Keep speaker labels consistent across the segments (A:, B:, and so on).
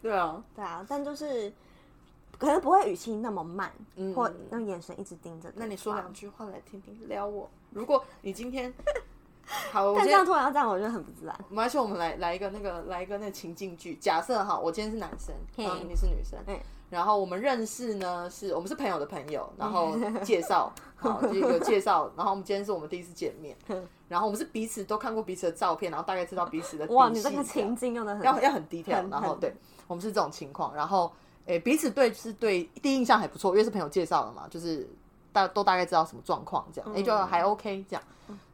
A: 对啊，
B: 对啊，但就是可能不会语气那么慢，
A: 嗯
B: 或那眼神一直盯着。
A: 那你说两，句话来听听，撩我。如果你今 天好，我
B: 但
A: 今
B: 这
A: 天
B: 样突然要这样，我觉得很不自然。
A: 没关系，我们来来一个那个来一个那个情境剧。假设哈，我今天是男生，
B: 嘿
A: 然后你是女生
B: 嗯，
A: 然后我们认识呢，是我们是朋友的朋友，然后
B: 嗯
A: 介 绍，好，这个介绍，然后我们今天是我们第一次见面，
B: 嗯
A: 然后我们是彼此都看过彼此的照片，然后大概知道彼此的
B: 哇，
A: 底
B: 你这
A: 细
B: 个
A: 这样
B: 情境用的很
A: 哦要要很低调
B: 很，
A: 然后
B: 很
A: 对我们是这种情况，然后诶、彼此对是对第一印象还不错，因为是朋友介绍的嘛，就是大都大概知道什么状况这
B: 嗯
A: 样，诶、就还 OK 这样。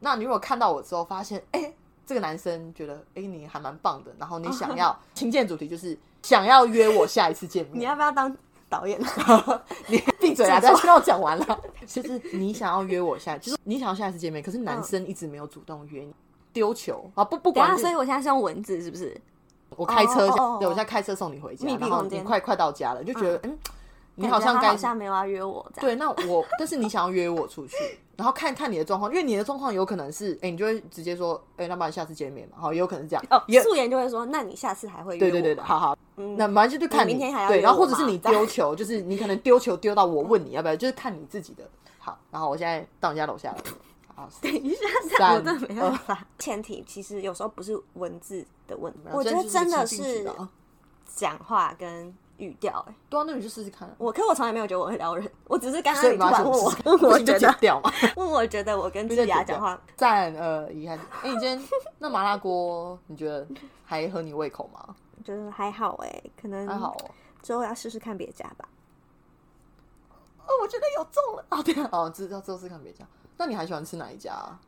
A: 那你如果看到我之后发现，诶、这个男生觉得诶、你还蛮棒的，然后你想 要情见主题就是想要约我下一次见
B: 你
A: 面，
B: 要不要当导演？
A: 你闭嘴啊！大家听到我讲完了， 就是你想要约我下，就是你想要下一次见面，可是男生一直没有主动约你，丢球啊！不不
B: 等一
A: 管
B: 下，
A: 是
B: 所以我现在是用文字，是不是？
A: 我开车，
B: 哦哦哦哦
A: 对我现在开车送你回家，
B: 密闭
A: 然后
B: 空
A: 你
B: 间
A: 快快到家了，就觉得嗯你好
B: 感觉
A: 像
B: 他
A: 该
B: 好像没有要约我这样。
A: 对，那我但是你想要约我出去，然后看看你的状况，因为你的状况有可能是，哎、你就会直接说，哎、那不然下次见面嘛，好，也有可能是这样，
B: 哦
A: 也，
B: 素颜就会说，那你下次还会约
A: 对
B: 我？
A: 对对，对 好好，
B: 嗯
A: 那反正就看
B: 你明天还要
A: 对，
B: 约
A: 然后
B: 我
A: 或者是
B: 吗
A: 你
B: 这样
A: 丢球，就是你可能丢球丢到我问你要不要，就是看你自己的。好，然后我现在到你家楼下了，好，
B: 等一下，这
A: 三
B: 样我真的
A: 哦
B: 没办法。前提其实有时候不是文字的问题，我觉
A: 现在
B: 得
A: 就是
B: 真的
A: 情境剧
B: 是
A: 了啊
B: 讲话跟语调、欸。
A: 对啊，那你就试试看啊，
B: 我可我从来没有觉得我会撩人，我只是刚刚
A: 所以
B: 你突
A: 嘛
B: 然
A: 就
B: 问我
A: 试试，看
B: 问
A: 不
B: 我
A: 行就
B: 觉
A: 剪
B: 得，
A: 掉嘛。
B: 问我觉得我跟智雅讲话，
A: 赞呃遗憾。哎、你今 天那麻辣锅，你觉得还合你胃口吗？
B: 觉得还好哎、可能
A: 还好哦。
B: 之后要试试看别家吧。
A: 哦，我觉得有中了。哦，对啊，哦，知道之后是看别家。那你还喜欢吃哪一家啊？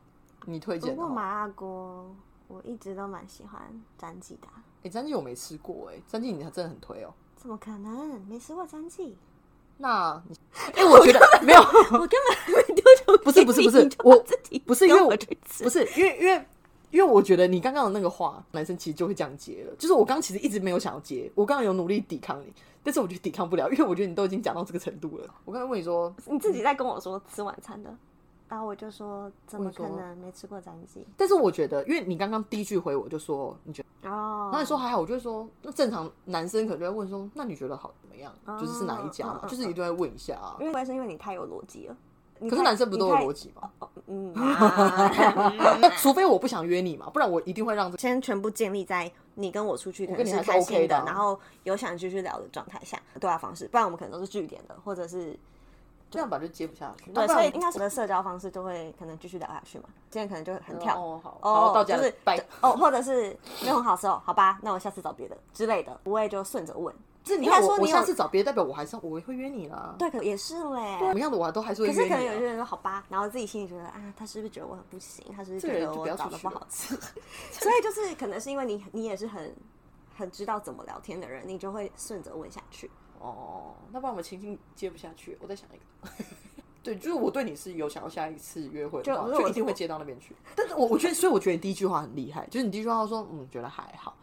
A: 你推
B: 不
A: 荐的哦
B: 过
A: 话？
B: 麻辣锅我一直都蛮喜欢詹记的啊、
A: 哎、詹记我没吃过哎、詹记你还真的很推哦。
B: 怎么可能没吃过詹记？
A: 那你， 哎、我觉得没 有，
B: 我根本没丢球，
A: 不是不是不是
B: 你就
A: 我
B: 把自己
A: 不是因为
B: 丢
A: 我
B: 回去吃
A: 不是因为因为因为我觉得你刚刚的那个话，男生其实就会这样接了。就是我刚其实一直没有想要接，我刚刚有努力抵抗你，但是我觉得抵抗不了，因为我觉得你都已经讲到这个程度了。我刚才问你说，
B: 你自己在跟我说吃晚餐的，然后我就说怎么可
A: 我
B: 能没吃过斩鸡？
A: 但是我觉得，因为你刚刚第一句回我就说你觉得，
B: 哦
A: 然后你说还好，我就会说那正常男生可能就会问说，那你觉得好怎么样？
B: 哦
A: 就是是哪一家嘛
B: 嗯，嗯
A: 就是一定会问一下啊。
B: 因为不会是因为你太有逻辑了。你
A: 可是
B: 太
A: 男生不都有逻？辑吗？
B: 你太嗯，啊
A: 除非我不想约你嘛，不然我一定会让这。
B: 先全部建立在你跟我出去可
A: 跟
B: 能
A: 你还是
B: 开心
A: OK 的啊
B: 然后有想继续聊的状态下对啊话方式，不然我们可能都是据点的，或者是
A: 这样吧，就接不下去。
B: 对，
A: 啊那不
B: 所
A: 然
B: 以应该我的社交方式就会可能继续聊下去嘛。今天可能就很跳
A: 哦好好到家
B: 就
A: 了
B: 是
A: 拜
B: 哦，或者是没有很好吃哦，好吧，那我下次找别的之类的，不会就顺着问。
A: 是你
B: 应该
A: 看
B: 说
A: 我，
B: 你
A: 我
B: 有
A: 下次找别的代表，我还是要我会约你啦。
B: 对，可也是嘞。
A: 怎么样的我还都还是会
B: 可
A: 约
B: 是
A: 你
B: 可
A: 啊。
B: 能有些人说好吧，然后自己心里觉得啊，他是不是觉得我很不行？他是不是
A: 这个
B: 觉
A: 人
B: 得
A: 就
B: 我
A: 不要
B: 长
A: 出
B: 得
A: 去
B: 不好
A: 了
B: 吃？所以就是可能是因为你你也是很很知道怎么聊天的人，你就会顺着问下去。
A: 哦，那不然我们情境接不下去，我再想一个。 对，就是我对你是有想要下一次约会的话，
B: 就
A: 就一定会接到那边去。但是我我觉得，所以我觉得你第一句话很厉害，就是你第一句话说，嗯，觉得还好。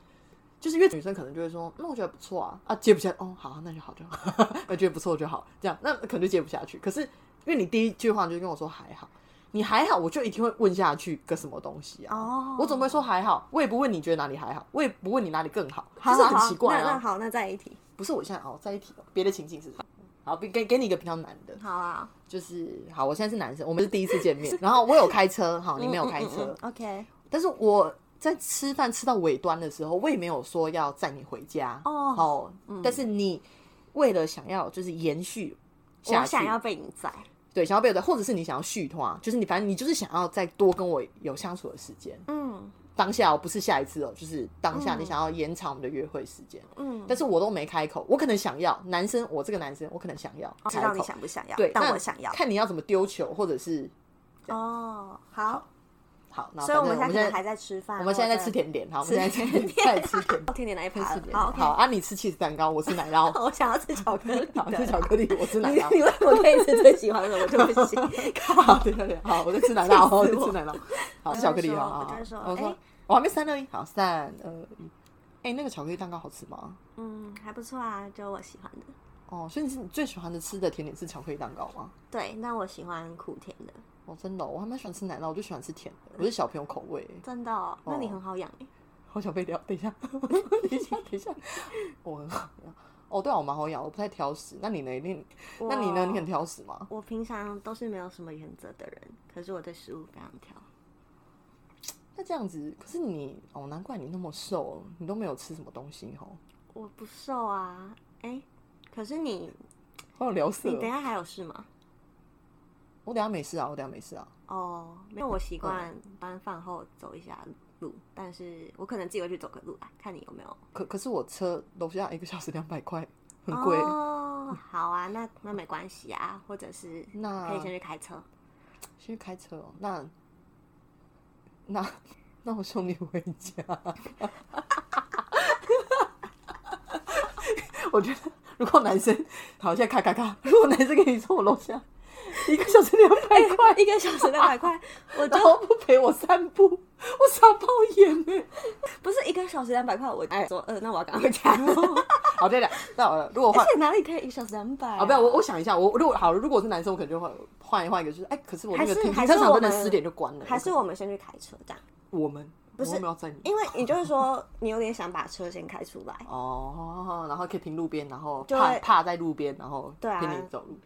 A: 就是因为女生可能就会说，那、我觉得不错啊，啊接不下，哦好啊，那就好就好， 我觉得不错就好，这样那可能就接不下去。可是因为你第一句话就跟我说还好，你还好，我就一定会问下去个什么东西啊。
B: 哦
A: 我总不会说还好，我也不问你觉得哪里还好，我也不问你哪里更好，
B: 好
A: 就是
B: 好
A: 很
B: 好
A: 奇怪啊。
B: 那那好，那再一题。
A: 不是我现在哦，在一题哦别的情境是不是？好，给给给你一个比较难的，
B: 好啊，
A: 就是好，我现在是男生，我们是第一次见面，然后我有开车，好，你没有
B: 嗯
A: 开车，
B: 嗯嗯 OK，
A: 但是我在吃饭吃到尾端的时候，我也没有说要载你回家
B: 哦
A: 好但是你为了想要就是延续下去，
B: 我想要被你宰。
A: 对想要被我载，或者是你想要续团，就是你反正你就是想要再多跟我有相处的时间，
B: 嗯
A: 当下哦，不是下一次哦，就是当下你想要延长我们的约会时间，
B: 嗯，
A: 但是我都没开口，我可能想要男生，我这个男生我可能想要
B: 哦知
A: 开
B: 道
A: 口，
B: 你想不想要，
A: 对，
B: 但
A: 那
B: 我想要。
A: 看你要怎么丢球，或者是
B: 哦，好，
A: 好，那
B: 所以我们
A: 反正我们
B: 现在可能
A: 现
B: 还
A: 在
B: 在吃饭，
A: 我们现在在吃
B: 或者
A: 甜点，好，我们现在
B: 吃
A: 在
B: 甜点
A: 在吃甜
B: 甜点那一
A: 吃甜
B: 盘了。
A: 点，
B: 好，OK
A: 好啊，你吃起司蛋糕，我吃奶 酪，
B: 我想要吃巧克力
A: 好，吃
B: 的。
A: 巧克力，我吃奶
B: 你
A: 酪，
B: 你问我可以吃最喜欢的，我就不行。
A: 好，对对对，好，我在吃奶酪，我在
B: 气死我
A: 吃奶酪，好，吃巧克力，
B: 我就
A: 好
B: 说
A: 好好
B: 我就说，
A: 我说哦
B: 哎
A: 我还没三二一，好，三二一，哎，那个巧克力蛋糕好吃吗？
B: 嗯，还不错啊，就我喜欢的。
A: 哦，所以你是你最喜欢的吃的甜点是巧克力蛋糕吗？
B: 对，那我喜欢苦甜的，
A: 哦，真的哦、我还蛮喜欢吃奶酪，我就喜欢吃甜的，我是小朋友口味。
B: 真的、哦。那你
A: 哦
B: 很好养、欸，
A: 好想被聊。等一 下， 等一下，等一下，我很好养。哦，对啊，我蛮好养，我不太挑食。那你呢？你那你呢？
B: 我
A: 你很挑食吗？
B: 我平常都是没有什么原则的人，可是我对食物非常挑。
A: 那这样子，可是你哦，难怪你那么瘦，哦你都没有吃什么东西哦。
B: 我不瘦啊，哎、可是你，
A: 好有聊色
B: 你
A: 哦、
B: 等一下还有事吗？
A: 我等一下没事啊，我等一下没事啊。
B: 哦，没有，我习
A: 啊
B: 惯班饭后走一下路，但是我可能自己会去走个路啊，看你有没有。
A: 可可是我车楼下一个小时两百块， 很贵。
B: 哦，好啊，那那没关系啊，或者是
A: 那
B: 可以先去开车。
A: 先去开车哦。那那那我送你回家。我觉得如果男生好，现在咔咔咔，如果男生跟你说我楼下一个小时两百块，
B: 一个小时两百块，我就
A: 然后不陪我散步，我傻爆眼呢。
B: 不是一个小时两百块，我哎说呃，那我要赶快回家。
A: 好，这样那好了，如果换
B: 而且哪里可以一个小时两百、啊？
A: 啊，不要，我我想一下，我如果好，如果我是男生，我可能就会换一换一个，就是哎、可是我那个
B: 还是
A: 停停
B: 还
A: 车
B: 是
A: 场
B: 我
A: 真的
B: 们
A: 十点就关了，
B: 还是我们先去开车这样？
A: 我们
B: 不是
A: 我们要在你
B: 因为你就是说，你有点想把车先开出来，
A: 哦，然后可以停路边，然后
B: 就
A: 怕
B: 会
A: 怕在路边，然后
B: 对啊
A: 陪你走路。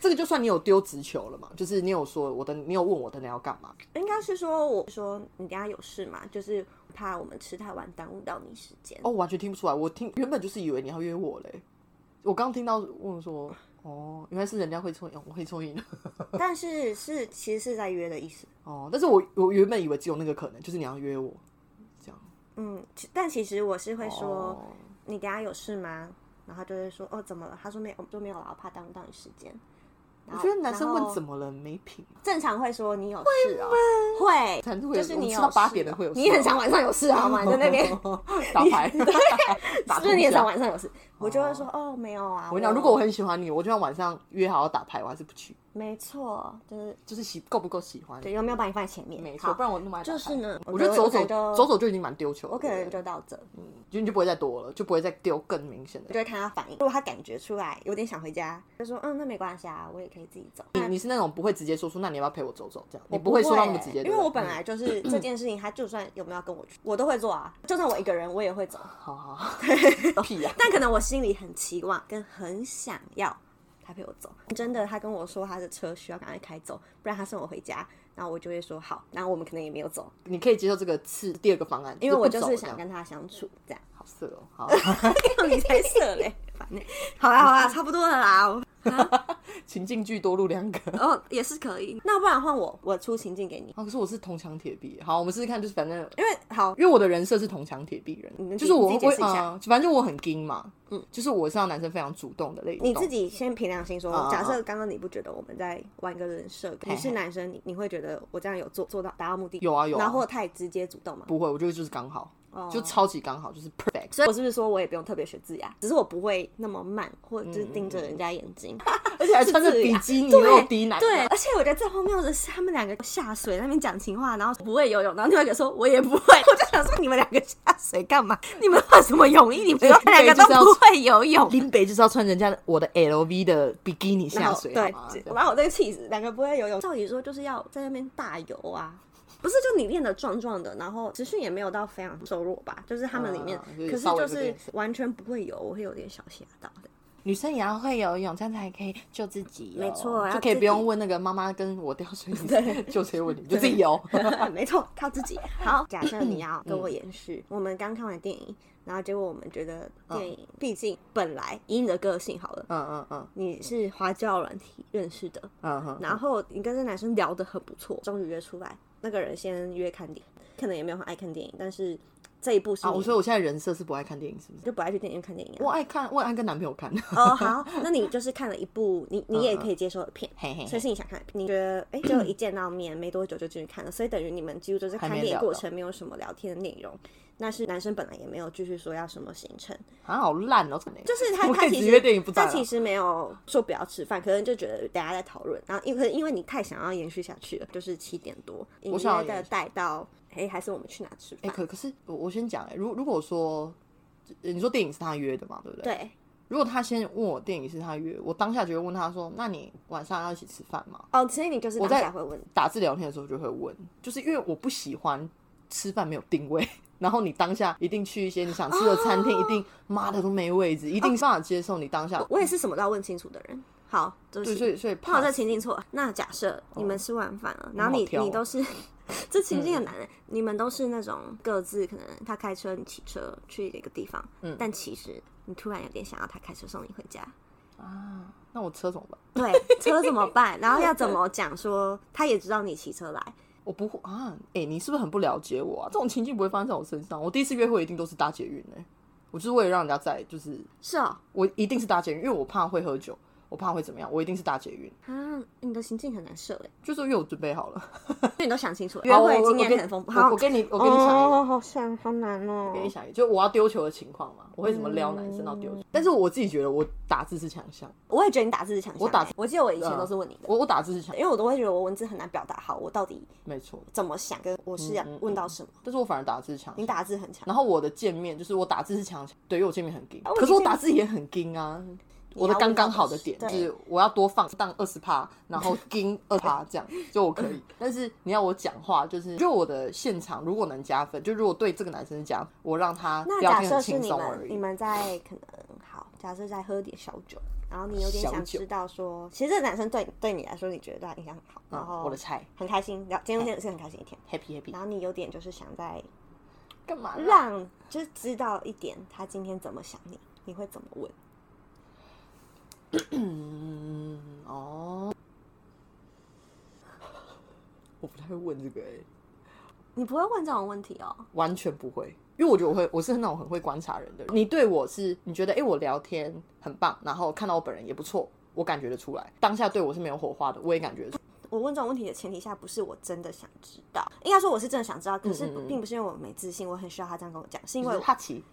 A: 这个就算你有丢直球了嘛，就是你有说我的，你有问我等下要干嘛？
B: 应该是说我说你等一下有事嘛，就是怕我们吃太晚耽误到你时间。
A: 哦，完全听不出来，我听原本就是以为你要约我嘞，我刚听到问说。哦，原来是人家会抽烟，我会抽烟
B: 但是是其实是在约的意思，
A: 哦。但是我我原本以为只有那个可能，就是你要约我这样。
B: 嗯，其但其实我是会说、
A: 哦
B: 你等一下有事吗？然后他就会说哦怎么了？他说没有，我就没有啦，我怕耽误到你时间。
A: 我觉得男生问怎
B: 么
A: 么了没品，
B: 正常会说你有事哦，会
A: 反正会有
B: 就是你
A: 我
B: 有
A: 吃到八
B: 事
A: 点的
B: 哦
A: 会有事
B: 你很
A: 哦
B: 常晚上有事好吗？你在那边
A: 打 牌，打
B: 是不是你
A: 也
B: 很常晚上有事？我就会说哦没有啊。
A: 我跟你讲，如果我很喜欢你，我就算晚上约好要打牌，我还是不去，
B: 没错，就是
A: 就是喜够不够喜欢。
B: 对，有没有把你放在前面？
A: 没
B: 好
A: 错，不然我那么爱打
B: 就
A: 牌
B: 是呢，
A: 我觉得走走走，走就已经蛮丢球了。
B: 我可
A: 对
B: 能
A: 不对
B: 就到这，
A: 嗯就你就不会再多了，就不会再丢更明显
B: 我
A: 的。
B: 就会看他反应。如果他感觉出来有点想回家，就说嗯，那没关系啊，我也可以自己走。
A: 你你是那种不会直接说出，那你要不要陪我走走这样？你
B: 我
A: 不
B: 不
A: 会说到那么直接，
B: 因为
A: 对不对嗯
B: 我本来就是这件事情，他就算有没有要跟我去，我都会做啊。就算我一个人，我也会 走。
A: 嗯好好好哦屁啊呀，
B: 但可能我心里很期望，跟很想要他陪我走。真的，他跟我说他的车需要赶快开走，不然他送我回家，然后我就会说好。然后我们可能也没有走，
A: 你可以接受这个次第二个方案，
B: 因为我就
A: 不走
B: 是
A: 这
B: 想
A: 样
B: 跟他相处这样。
A: 好色哦，好
B: 你才色嘞，烦嘞。好啦好啦，差不多了啦。我
A: 情境剧多录两个。
B: 哦，也是可以。那不然换我，我出情境给你，
A: 啊，可是我是铜墙铁壁。好，我们试试看，就是反正
B: 因为好，
A: 因为我的人设是铜墙铁壁
B: 你
A: 人，
B: 能
A: 就
B: 解
A: 是我
B: 你自己
A: 我
B: 解释一下
A: 啊，反正我很硬嘛，
B: 嗯
A: 嗯，就是我是让男生非常主动的类型。
B: 你自己先凭良心说
A: 嗯嗯，嗯
B: 假设刚刚你不觉得我们在玩一个人设，
A: 嘿
B: 你是男生，你你会觉得我这样有做做到达到目的？
A: 有啊有啊
B: 然后或太直接主动吗？
A: 不会，我觉得就是刚好，
B: 哦
A: 就超级刚好，就是 perfect。
B: 所以我是不是说我也不用特别学字呀？只是我不会那么慢，或者就是盯
A: 嗯
B: 着人家眼 睛，
A: 而且还穿着
B: 是这
A: 比
B: 样
A: 基尼
B: 对
A: 露低奶，啊
B: 对，而且我觉得最荒谬的是，他们两个下水在那边讲情话，然后不会游泳，然后另外一个说我也不会，我就想说你们两个下水干 嘛？你们换什么泳衣？你们两个都不会游泳。
A: 林北就是要穿人家的我的 LV 的比基尼
B: 然
A: 下
B: 后
A: 水，
B: 对
A: 好吗，
B: 然后我这个气死，两个不会游泳，照理说就是要在那边大游啊，不是就你练的壮壮的，然后持续也没有到非常瘦弱吧，就是他们里面，
A: 嗯
B: 可是
A: 稍微
B: 就
A: 有
B: 是
A: 点
B: 完全不会游，我会有点小吓到的。
A: 女生也要会游泳，这样才可以救自己哦，
B: 没错要
A: 就可以
B: 自
A: 不用
B: 己
A: 问那个妈妈跟我掉 水
B: 对
A: 里救谁问题，你就自己 游。
B: 没错，靠自己。 好，假设你要跟我延续，我们刚看完电影，然后结果我们觉得电影，毕竟本来以你的个性好了，
A: 嗯嗯嗯
B: 你是花椒软体认识的，
A: 嗯嗯，
B: 然后你跟这男生聊得很不错，终于约出来，那个人先约看电影，可能也没有很爱看电影，但是这一部是
A: 啊，
B: 你
A: 我说我现在人设是不爱看电影，是不是？
B: 就不爱去电影院看电影
A: 我
B: 啊、
A: 爱看，我也爱跟男朋友看。
B: 哦，好，那你就是看了一部你你也可以接受的片。
A: 嗯嘿嘿
B: 所以
A: 嘿，
B: 是你想看的片，你觉得 哎，就一见到面没多久就进去看了，所以等于你们几乎就是看
A: 还没
B: 电影
A: 聊
B: 过
A: 到
B: 程没有什么聊天的内容。那是男生本来也没有继续说要什么行程，
A: 啊，好烂哦，就
B: 就是 他
A: 我可
B: 他
A: 以
B: 其
A: 直约电
B: 实
A: 影不在
B: 他
A: 了
B: 其实没有说不要吃饭，可能就觉得大家在讨论，然后因为因为你太想要延续下去了，就是七点多，隐
A: 我想要
B: 约的
A: 延续
B: 带到哎，还是我们去哪吃
A: 哎、
B: 饭？
A: 可可是我我先讲哎、如如果说呃你说电影是他约的嘛，对不对？
B: 对，
A: 如果他先问我电影是他约，我当下就会问他说：“那你晚上要一起吃饭吗
B: 哦，所以你就是当
A: 在
B: 下会问，
A: 打字聊天的时候就会问，就是因为我不喜欢吃饭没有定位， 然后你当下一定去一些你想吃的餐厅，一定妈的都没位置，一定没办法接受你当下。
B: 哦我也是什么都要问清楚的人。好，对不
A: 对，
B: 起，
A: 所以所以
B: 怕
A: 怕
B: 我这情境错。那假设你们吃晚饭了，然后
A: 好
B: 你
A: 挑
B: 你
A: 哦嗯
B: 都是这情境很难欸，你们都是那种各自可能他开车，你骑车去一个地方，
A: 嗯
B: 但其实你突然有点想要他开车送你回家。
A: 啊，那我车怎么办？
B: 对，车怎么办？然后要怎么讲说他也知道你骑车来？
A: 我不会啊，哎、你是不是很不了解我啊？这种情境不会发生在我身上。我第一次约会一定都是搭捷运哎、我就是为了让人家在，就是
B: 是哦，
A: 我一定是搭捷运，因为我怕会喝酒，我怕会怎么样，我一定是搭捷运，
B: 啊，你的行径很难设哎，
A: 就是因为我准备好了。
B: 因为你都想清楚了，约会经验很丰富。
A: 好，
B: 好
A: 我，跟你我跟你讲一个，
B: 哦，好想，好难哦
A: 我跟你想一个，就我要丢球的情况嘛，我会怎么撩男生到丢
B: 哦
A: 球？但是我自己觉得我打字是强项，
B: 我也觉得你打字是强项欸，
A: 我打字
B: 我记得我以前都是问你的，
A: 我我打字是强，
B: 因为我都会觉得我文字很难表达好，我到底
A: 没错，
B: 怎么想，跟我是要
A: 嗯嗯
B: 问到什么。
A: 但是我反而打字是强项
B: 你。打字很强，
A: 然后我的见面就是我打字是强强，对，因为我见面很硬，
B: 啊我
A: 可是我
B: 见面
A: 打字也很硬啊。我的
B: 要
A: 刚
B: 问
A: 刚
B: 到
A: 好
B: 的
A: 的点就是是我要多放当二十趴，然 后盯二趴这样就我可以。但是你要我讲话，就是就我的现场如果能加分，就如果对这个男生讲，我让他
B: 那
A: 聊
B: 假
A: 天
B: 设
A: 很
B: 是
A: 轻
B: 你
A: 松
B: 们
A: 而
B: 你
A: 已。
B: 们在可能好，假设在喝点小酒，然后你有点
A: 小
B: 想
A: 酒
B: 知道说，其实这个男生对对你来说，你觉得对他印象很好，然
A: 嗯，
B: 后
A: 我的菜
B: 很开心，聊今天是很开心一天，
A: ，happy happy，
B: 然后你有点就是想在
A: 干嘛啦？
B: 让就是知道一点他今天怎么想你，你会怎么问？
A: 嗯，哦，我不太会问这个欸
B: 你不会问这种问题哦，
A: 完全不会，因为我觉得我会，我是那种很会观察人的人。你对我是，你觉得哎、诶我聊天很棒，然后看到我本人也不错，我感觉得出来。当下对我是没有火花的，我也感觉得出
B: 我问这种问题的前提下，不是我真的想知道，应该说我是真的想知道，可是
A: 嗯嗯嗯
B: 并不是因为我没自信，我很需要他这样跟我讲，是因
A: 就
B: 为
A: 是嗯
B: 我
A: 好奇，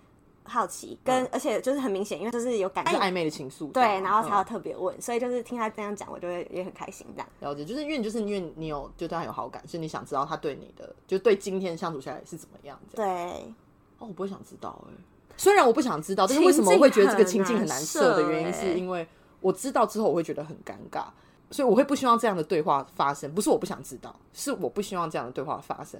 B: 好奇，跟而且就是很明显，因为就是有感
A: 就
B: 觉
A: 是，暧昧的情愫这
B: 对
A: 样。，
B: 然后才有
A: 嗯
B: 特别问，所以就是听他这样讲，我就会也很开心这样。
A: 了解，就是因为就是因为你有就对他有好感，所以你想知道他对你的，就对今天相处下来是怎么样这样。
B: 对，
A: 哦，我不会想知道哎、虽然我不想知道，但是为什么我会觉得这个情境很难设的原因，
B: 情境很难设欸
A: 是因为我知道之后我会觉得很尴尬，所以我会不希望这样的对话发生。不是我不想知道，是我不希望这样的对话发生。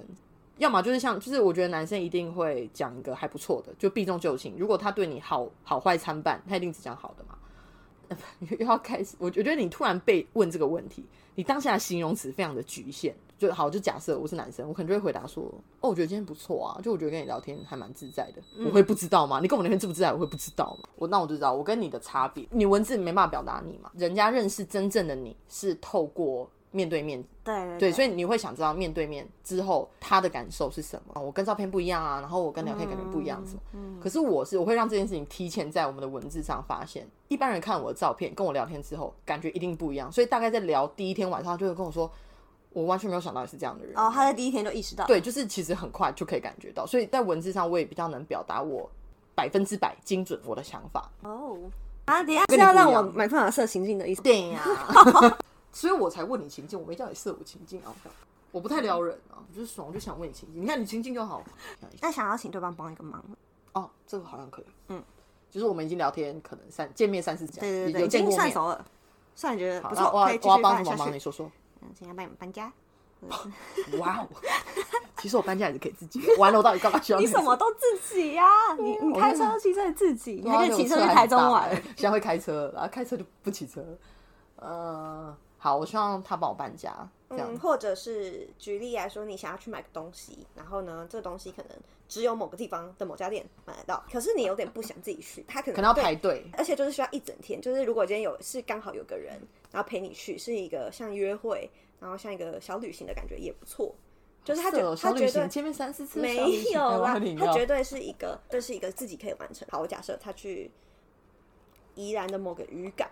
A: 要么就是像，就是我觉得男生一定会讲一个还不错的，就避重就轻。如果他对你好好坏参半，他一定只讲好的嘛。又要开始，我我觉得你突然被问这个问题，你当下的形容词非常的局限。就好，就假设我是男生，我可能就会回答说：“哦，我觉得今天不错啊，就我觉得跟你聊天还蛮自在的。我会不知道吗？你跟我聊天自不自在，我会不知道吗？我那我就知道我跟你的差别，你文字没办法表达你嘛，人家认识真正的你是透过面对面
B: 对啊
A: 对，
B: 对
A: 所以你会想知道面对面之后他的感受是什么。我跟照片不一样啊，然后我跟聊天感觉不一样什么。
B: 嗯
A: 可是我是我会让这件事情提前在我们的文字上发现。一般人看我的照片，跟我聊天之后感觉一定不一样，所以大概在聊第一天晚上，他就会跟我说，我完全没有想到你是这样的人。
B: 哦，他在第一天就意识到，
A: 对，就是其实很快就可以感觉到，所以在文字上我也比较能表达我百分之百精准我的想法。
B: 哦，啊，等一下是
A: 跟你
B: 要
A: 不一
B: 让我
A: 样
B: 没办法设情境的意思。
A: 对呀、 所以我才问你情境，我没叫你设我情境啊。我不太撩人啊，我就是爽，我就想问你情境。你看你情境就好。
B: 那想要请对方帮一个忙，
A: 哦，这个好像可以。
B: 嗯，
A: 就是我们已经聊天，可能三见面三次讲，
B: 对对
A: 有
B: 对，
A: 有
B: 已
A: 见
B: 经
A: 过
B: 算
A: 面。
B: 熟了，算觉得
A: 好，
B: 不
A: 那
B: 错，
A: 我
B: 可
A: 要
B: 以继
A: 我要
B: 续
A: 帮什
B: 办
A: 么
B: 下
A: 忙？你
B: 去。
A: 说说。
B: 嗯，请他帮你们搬家。
A: 哇哦， 其实我搬家也是可以自己。完了，我到底干嘛需要
B: 你
A: 这
B: 什
A: 个？
B: 么都自己呀、你你
A: 我
B: 开
A: 真
B: 车
A: 的
B: 骑车也自己，你
A: 对啊
B: 还可以骑车
A: 那
B: 去
A: 我
B: 台
A: 很
B: 中
A: 大
B: 玩
A: 欸。现在会开车，然后开车就不骑车。呃，好，我希望他帮我搬家，这样
B: 嗯，。或者是举例来说，你想要去买个东西，然后呢，这个东西可能只有某个地方的某家店买得到，可是你有点不想自己去，他可能
A: 可能要
B: 对
A: 排队，
B: 而且就是需要一整天。就是如果今天有是刚好有个人，然后陪你去，是一个像约会，然后像一个小旅行的感觉也不错。就是他觉
A: 是
B: 得
A: 哦小
B: 他
A: 旅
B: 觉
A: 行
B: 得
A: 见面三四次，
B: 没
A: 小旅行
B: 有啦
A: 哎我喝饮，
B: 他
A: 料
B: 绝对是一个，这是一个自己可以完成。好，我假设他去宜兰的某个渔港，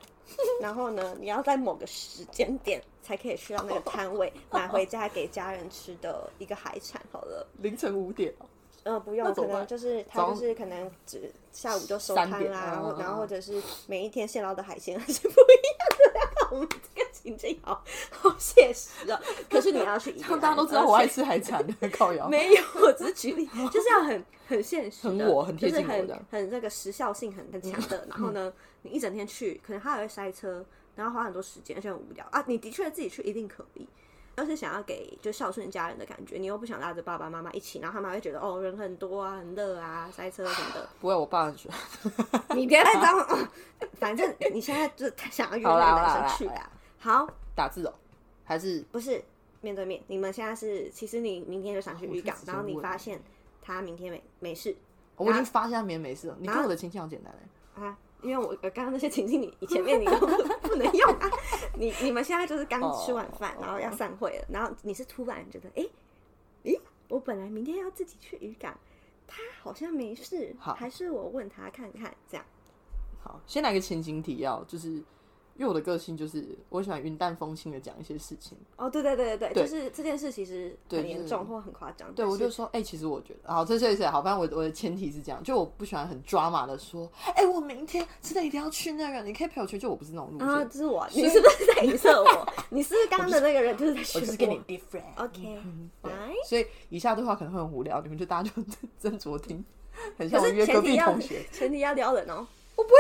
B: 然后呢，你要在某个时间点才可以去到那个摊位买回家给家人吃的一个海产。好了，
A: 凌晨五点哦，
B: 呃，不用
A: 那，怎
B: 可
A: 么
B: 能
A: 办
B: 就是他
A: 早
B: 就是可能只下午就收
A: 三
B: 摊
A: 点
B: 啦，
A: 嗯
B: 或
A: 嗯
B: 然
A: 嗯
B: 后或者是每一天现捞的海鲜还是不一样的啦。 我们这个情境好好写实哦。可是你要 去宜
A: 这样
B: 兰，
A: 大家都知道我
B: 而
A: 爱
B: 且
A: 吃海产， 靠腰。
B: 没有，我只是举例，就是要很很现实的，
A: 哦很我很贴近
B: 就是
A: 我嗯的
B: 很很这个时效性很很强的。然后呢，你一整天去，可能他还会塞车，然后花很多时间，而且很无聊啊。你的确自己去一定可以，要是想要给就孝顺家人的感觉，你又不想拉着爸爸妈妈一起，然后他们还会觉得哦人很多啊，很热啊，塞车什么 的。
A: 不会，我爸很喜欢。
B: 你别再当，反正你现在就是想要约
A: 好
B: 那
A: 啦好
B: 个
A: 啦
B: 男生
A: 好
B: 去
A: 啦
B: 啊。好，
A: 打字哦，还是
B: 不是面对面，你们现在是，其实你明天就想去渔港
A: 我觉得直，接
B: 然后你
A: 问
B: 发现他明天没没事
A: 我已经发现他没没事了。你
B: 拿
A: 跟我的亲戚好简单欸嘞、
B: 啊。因为我我刚刚那些情境，你前面 你都不能用啊！你你们现在就是刚吃完饭
A: 哦，
B: 然后要散会了，然后你是突然觉得，诶诶，我本来明天要自己去渔港，他好像没事，
A: 好
B: 还是我问他看看这样。
A: 好，先来个前情提要，就是因为我的个性就是我喜欢云淡风轻的讲一些事情。
B: 哦，对对对对
A: 对
B: 对，就是这件事其实
A: 对
B: 很
A: 就是
B: 严重或很夸张，
A: 对，
B: 但
A: 我
B: 是
A: 就说，哎、其实我觉得，好，这这这，好，反正我我的前提是这样，就我不喜欢很抓马的说，哎、我明天真的一定要去那个，你可以陪我去，就我不是那种路线，
B: 啊，这是我，
A: 所以
B: 你是不是在影 射我？你是不是刚刚的那个人就是在学
A: 我就是跟你
B: 我
A: be friend。
B: OK，
A: 对
B: 来，
A: 所以以下对话可能会很无聊，你们就大家就 斟酌听，很像
B: 可
A: 我
B: 是
A: 约隔
B: 前提
A: 壁
B: 要
A: 同学。
B: 前提要撩人哦。
A: 我不会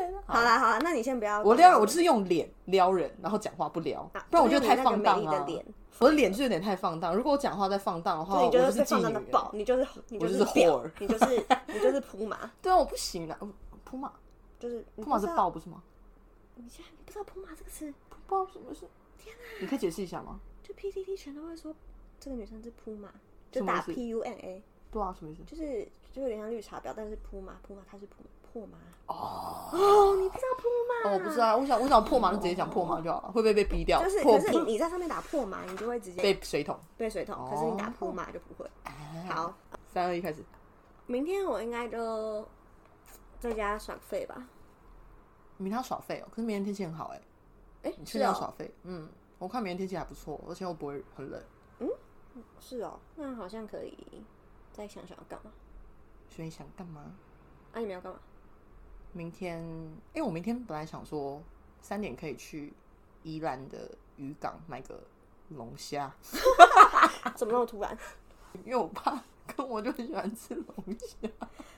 A: 撩人、
B: 好啦好啦，那你先不要。
A: 我撩人，我就是用脸撩人，然后讲话不撩，
B: 啊
A: 不然我觉得
B: 因
A: 太
B: 为你那个
A: 放荡
B: 美丽
A: 啊
B: 的。脸，
A: 我的脸就有点太放荡，如果我讲话再放荡的话，我
B: 对，你就是
A: 是
B: 被
A: 妓
B: 放荡
A: 女
B: 的
A: 欸。
B: 爆，你就是你
A: 我
B: 就
A: 就是
B: 婊
A: whore
B: 你就是你就是扑马，
A: 对啊，我不行啊，普马
B: 就是你
A: 普马
B: 不
A: 是
B: 知道。
A: 爆不是吗？
B: 你现在你不知道扑马这个词，
A: 不爆什么是？你可以解释一下吗？
B: 就 PTT 全都会说这个女生是扑马，
A: 什
B: 就
A: 么
B: 打
A: 意思
B: PUMA，
A: 对啊，什么意思？
B: 就是就有点像绿茶婊，但是扑马扑马她是扑破马。
A: 哦，
B: 哦，你不知道扑马？
A: 哦我不知道，我想我想破马就直接讲破马就好了，会不会被逼掉？
B: 就是，
A: 破
B: 可是你你在上面打破嘛，你就会直接
A: 被哦嗯水桶。啊
B: 被水桶。可是你打破嘛就不会。好，
A: 三二一开始，
B: 明天我应该就在家耍废吧。
A: 明天要耍废哦，可是明天天气很好哎，
B: 哎、
A: 你确
B: 是
A: 定要
B: 哦，
A: 耍废？嗯，我看明天天气还不错，而且又不会很冷。
B: 是哦，那好像可以再想想要干嘛。
A: 所以想干嘛？
B: 啊，你们要干嘛？
A: 明天，哎、我明天本来想说三点可以去宜兰的渔港买个龙虾，
B: 啊怎么那么突然？
A: 因为我爸跟我就很喜欢吃龙虾。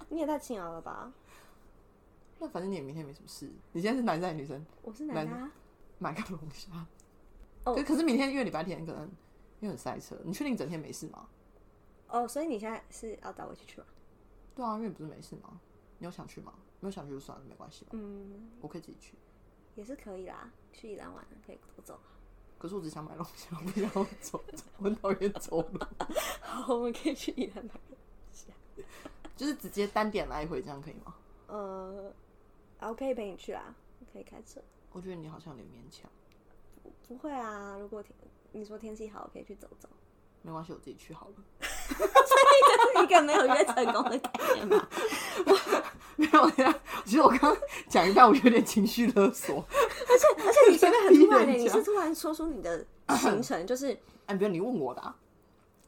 B: 你也太勤劳了吧？
A: 那反正你也明天没什么事，你现在是男生还是女生？
B: 我是男的、啊，
A: 买个龙虾。
B: 哦
A: 可可是明天因为礼拜天可能因为很塞车，你确定整天没事吗？
B: 哦，所以你现在是要带我一起去吗？
A: 对啊，因为你不是没事吗？你有想去吗？没有想去就算了，没关系吧，
B: 嗯，
A: 我可以自己去。
B: 也是可以啦，去宜兰玩可以多走。
A: 可是我只想买龙虾，我不想走，我很讨厌走路，
B: 好，我们可以去宜兰买。
A: 就是直接单点来回这样可以吗？
B: 呃，啊，我可以陪你去啦，我可以开车。
A: 我觉得你好像有点勉强。
B: 不不会啊，如果天你说天气好，可以去走走。
A: 没关系，我自己去好了。
B: 一个没有约成功的概念嘛。
A: 没有，等一下其实我刚刚讲一半，我有点情绪勒索。
B: 而且你前面很突然的，欸
A: 逼人
B: 你
A: 家
B: 是突然说出你的行程，就是
A: 哎，不要你问我的、啊，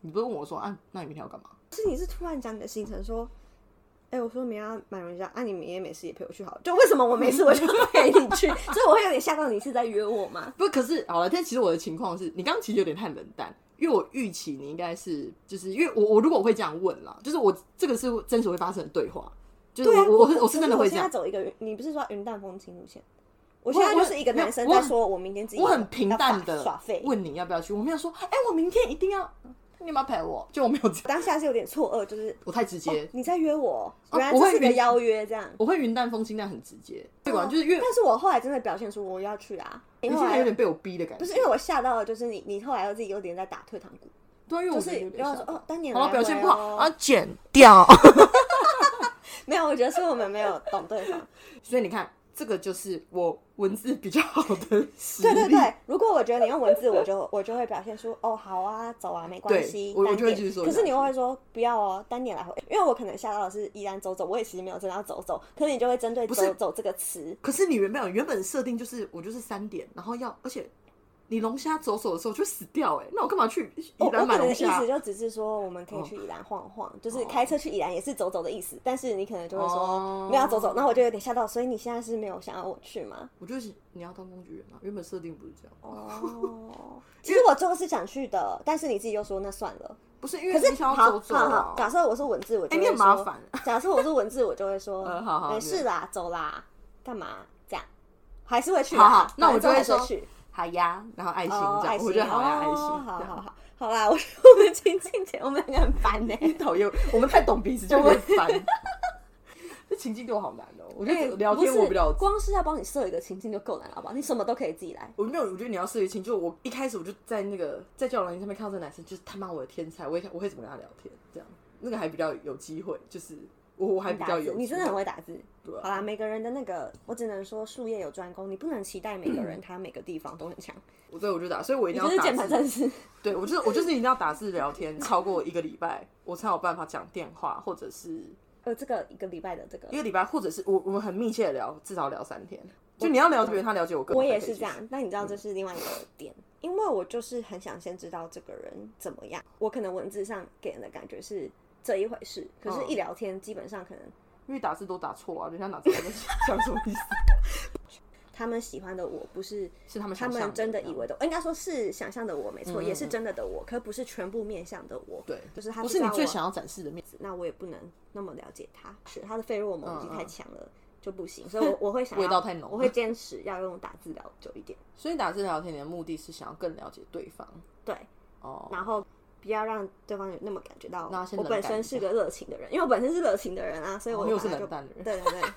A: 你不是问我说啊，那你明天要干嘛？
B: 是你是突然讲你的行程说。哎、我说明天要买人家，啊，你明天没事也陪我去好了。就为什么我没事我就陪你去， 所以我会有点吓到你是在约我吗？
A: 不，可是好了，但其实我的情况是你刚刚其实有点太冷淡，因为我预期你应该是，就是因为我我如果会这样问啦，就是我这个是真实会发生的对话，就是我、
B: 对啊，
A: 我
B: 可
A: 我是真的
B: 我
A: 会这
B: 现在
A: 样，
B: 走一个云，你不是说云淡风轻路线？
A: 我
B: 我现在就
A: 我
B: 是一个
A: 没有
B: 男生
A: 我
B: 在
A: 很
B: 说，我明天自己
A: 我很平
B: 要耍
A: 淡的
B: 耍废。
A: 问你要不要去，我没有说哎、我明天一定要，你有没有陪我？就我没有这样，
B: 当下是有点错愕，就是
A: 我太直接，
B: 哦你在约我，
A: 哦
B: 原来
A: 我
B: 这
A: 会
B: 是个
A: 晕
B: 邀约这样。
A: 我会云淡风轻，但很直接，对吧？
B: 哦
A: 就是因为
B: 但是我后来真的表现出我要去啊，
A: 你
B: 因
A: 现在有
B: 为后来
A: 点被我逼的感觉，
B: 不是因为我吓到了，就是你你后来又自己有点在打退堂鼓，
A: 对啊，因为
B: 就
A: 我
B: 是
A: 觉得有点
B: 然后
A: 像
B: 说哦，当年
A: 好了，
B: 来
A: 表现
B: 回
A: 不好
B: 哦
A: 啊，剪掉。
B: 没有，我觉得是我们没有懂对 方。
A: 所以你看，这个就是我文字比较好的实
B: 对
A: 力。
B: 对对，如果我觉得你用文字，我就 我就会表现出哦，好啊，走啊，没关系，
A: 对我
B: 单
A: 我就会
B: 点
A: 继续说
B: 可是你
A: 下
B: 又
A: 去
B: 会说不要哦，单点来回，因为我可能吓到的是依然走走，我也其实没有真的要走走，可是你就会针对
A: 不是
B: 走走这个词，
A: 可是你原本原本设定就是我就是三点，然后要，而且你龙虾走手的时候就死掉哎、欸那我干嘛去
B: 我
A: 宜
B: 哦我
A: 兰
B: 可
A: 买
B: 能
A: 龙
B: 的意
A: 虾
B: 思？就只是说，我们可以去宜兰晃晃，就是开车去宜兰也是走走的意思。但是你可能就会
A: 哦
B: 说没有要走走，那我就有点吓到。所以你现在是没有想要我去吗？
A: 我就是你要当工具人啊，原本设定不是这样，
B: 哦，其实我最后是想去的，但是你自己又说那算了。
A: 不是因为
B: 可是
A: 你想要
B: 好
A: 走走
B: 好好
A: 啊，。
B: 假设我是文字，我就
A: 哎你
B: 会
A: 很
B: 说
A: 麻烦。
B: 假设我是文字，我就会说 哎
A: 嗯好好
B: 没事啦，走啦，干嘛这样？还是会去
A: 好
B: 啦。
A: 好那我
B: 反
A: 就
B: 正
A: 会
B: 还是
A: 说
B: 去。
A: 好呀，然后爱心
B: 哦，
A: 这
B: 爱
A: 样，
B: 心，
A: 我觉得好呀，爱心，啊
B: 哦好
A: 这样
B: 好好，好啦， 我我们亲近前，我们两个很烦 呢、
A: 很讨厌，我们太懂彼此就有点烦。 这情境对我好难哦，我觉得聊天我比较
B: 哎不是，光是要帮你设一个情境就够难了，好不好？你什么都可以自己来。
A: 我没有，我觉得你要设一情，就我一开始我就在那个在交友软件上面看到这个男生，就是他妈我的天才，我也我会怎么跟他聊天，这样那个还比较有机会，就是我我还比较
B: 你打
A: 有
B: 字，你真的很会打字。
A: 对啊
B: 好啦，每个人的那个，我只能说术业有专攻，你不能期待每个人他每个地方都很强。
A: 我对我就打，所以我一
B: 你
A: 定
B: 就
A: 要
B: 是键
A: 打
B: 盘
A: 字。
B: 战士，
A: 对我就是我就是一定要打字聊天超过一个礼拜，我才有办法讲电话，或者是
B: 呃，这个一个礼拜的这个
A: 一，个礼拜，或者是我我们很密切的聊，至少聊三天。就你要了解他了解我更，
B: 我
A: 才可
B: 也
A: 以
B: 是
A: 继
B: 这样
A: 续。。
B: 那你知道这是另外一个点，因为我就是很想先知道这个人怎么样。我可能文字上给人的感觉是这一回事，可是
A: 嗯
B: 一聊天，基本上可能
A: 因为打字都打错啊，人家哪知道你在讲什么意思？
B: 他们喜欢的我不是
A: 是他们
B: 他
A: 想象
B: 们真的
A: 这样
B: 以为的，应该说是想象的我没错，
A: 嗯
B: 也是真的的我，可不是全部面向的我。
A: 对，
B: 就是他
A: 不是你
B: 知道
A: 最
B: 我
A: 想要展示的面子，
B: 那我也不能那么了解他，是他的费洛蒙已经
A: 嗯嗯
B: 太强了。就不行，所以我我会想要
A: 味道太浓
B: 我会坚持要用打字聊久一点，
A: 所以打字聊天你的目的是想要更了解对方。
B: 对，
A: 哦，
B: 然后不要让对方有那么感觉到
A: 那先
B: 我
A: 冷
B: 本
A: 淡
B: 身
A: 一
B: 是
A: 下
B: 个热情的人，因为我本身是热情的人啊，所以我
A: 哦又是
B: 本来就
A: 冷淡的人
B: 对对 对，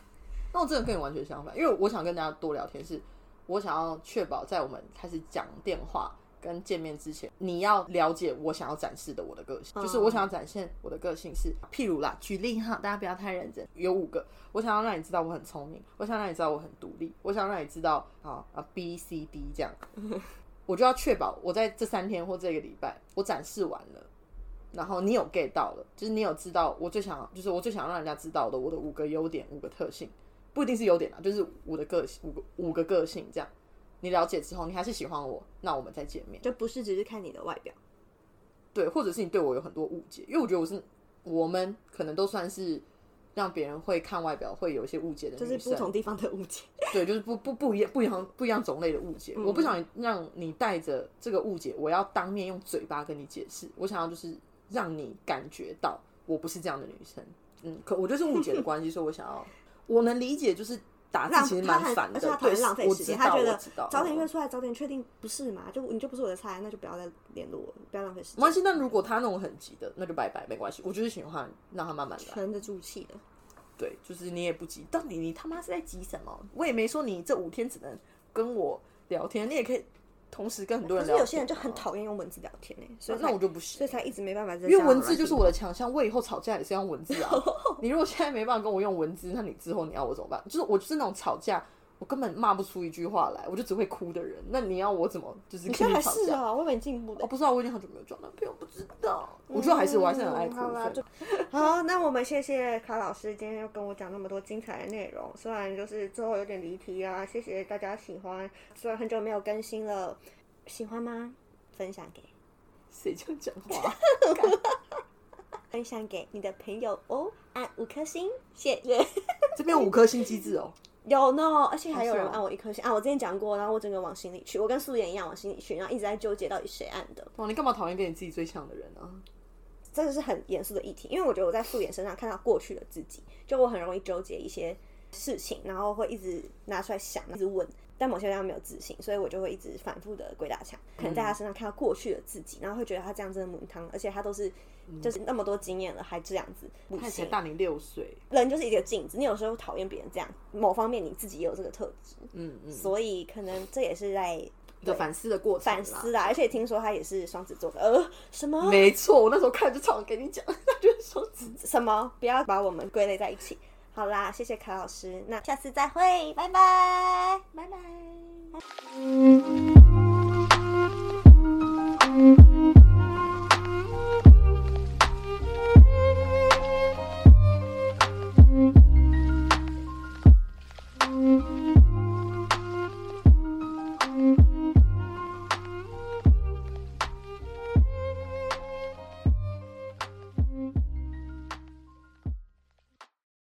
A: 那我真的跟你完全相反，因为我想跟大家多聊天是，我想要确保在我们开始讲电话跟见面之前，你要了解我想要展示的我的个性，
B: 嗯
A: 就是我想要展现我的个性是，譬如啦，举例哈，大家不要太认真，有五个，我想要让你知道我很聪明，我想让你知道我很独立，我想让你知道啊啊 B C D 这样，我就要确保我在这三天或这个礼拜我展示完了。然后你有 get 到了，就是你有知道我最想，就是我最想让人家知道的我的五个优点、五个特性，不一定是优点啦，啊就是我的个性，五个五个个性这样。你了解之后，你还是喜欢我，那我们再见面。
B: 就不是只是看你的外表，
A: 对，或者是你对我有很多误解，因为我觉得我是我们可能都算是让别人会看外表会有一些误解的
B: 就
A: 女
B: 是
A: 生，
B: 不同地方的误解。
A: 对，就是不不不一样不一样不一样种类的误解。
B: 嗯
A: 我不想让你带着这个误解，我要当面用嘴巴跟你解释。我想要就是让你感觉到我不是这样的女生。嗯，可我就是误解的关系，所以我想要，我能理解，就是打字
B: 浪
A: 其实
B: 他
A: 蛮
B: 很
A: 烦的，
B: 而且他讨
A: 对，
B: 厌浪费
A: 我
B: 时
A: 知
B: 间，
A: 道
B: 他觉
A: 我
B: 得
A: 知道
B: 早点
A: 嗯
B: 约出来，早点确定不是嘛？就你就不是我的菜，那就不要再联络我，不要浪费时
A: 没关
B: 间，
A: 系，那如果他那种很急的，那就拜拜，没关系。我就是喜欢让他慢慢来。
B: 沉得住气的。
A: 对，就是你也不急，到底你他妈是在急什么？我也没说你这五天只能跟我聊天，你也可以同时跟很多
B: 可
A: 人
B: 是
A: 聊天啊。
B: 有些人就很讨厌用文字聊天呢、所以
A: 那
B: 才
A: 我就不行
B: 所以才一直没办法在交友
A: 因
B: 软体。
A: 为文字就是我的强项，我以后吵架也是要用文字 啊。你如果现在没办法跟我用文字，那你之后你要我怎么办？就是我就是那种吵架，我根本骂不出一句话来，我就只会哭的人。那你要我怎么就是
B: 你
A: 跟
B: 现在还
A: 吵
B: 是
A: 架？
B: 啊，我以为你进步
A: 我
B: 的。
A: 不知道，我已经很久没有交男朋友，不知道。我觉得还是我还是很爱哭。
B: 嗯好啦
A: 所以
B: 好，那我们谢谢卡老师今天又跟我讲那么多精彩的内容，虽然就是最后有点离题啊，谢谢大家喜欢，虽然很久没有更新了，喜欢吗？分享给
A: 谁这样讲话？啊
B: 分享给你的朋友哦，按五颗星，谢谢。
A: 这边有五颗星机制哦。
B: 有呢，而且还有人
A: 是哦
B: 按我一颗星啊！我之前讲过，然后我整个往心里去，我跟素颜一样往心里去，然后一直在纠结到底谁按的。
A: 哦哇，你干嘛讨厌跟你自己最像的人啊？
B: 这个是很严肃的议题，因为我觉得我在素颜身上看到过去的自己，就我很容易纠结一些事情，然后会一直拿出来想，一直问。但某些人没有自信，所以我就会一直反复的鬼打墙，可能在他身上看到过去的自己，然后会觉得他这样真的母汤，而且他都是就是那么多经验了，还这样子不
A: 他才
B: 行。
A: 大你六岁。
B: 人就是一个镜子，你有时候讨厌别人这样，某方面你自己也有这个特质，
A: 嗯嗯，
B: 所以可能这也是在
A: 一个反思的过程。
B: 反思。啊。而且听说他也是双子座的，呃，什么？
A: 没错，我那时候看就常跟你讲， 他就是双子座。
B: 什么？不要把我们归类在一起。好啦，谢谢卡老师，那下次再会，拜拜，拜拜。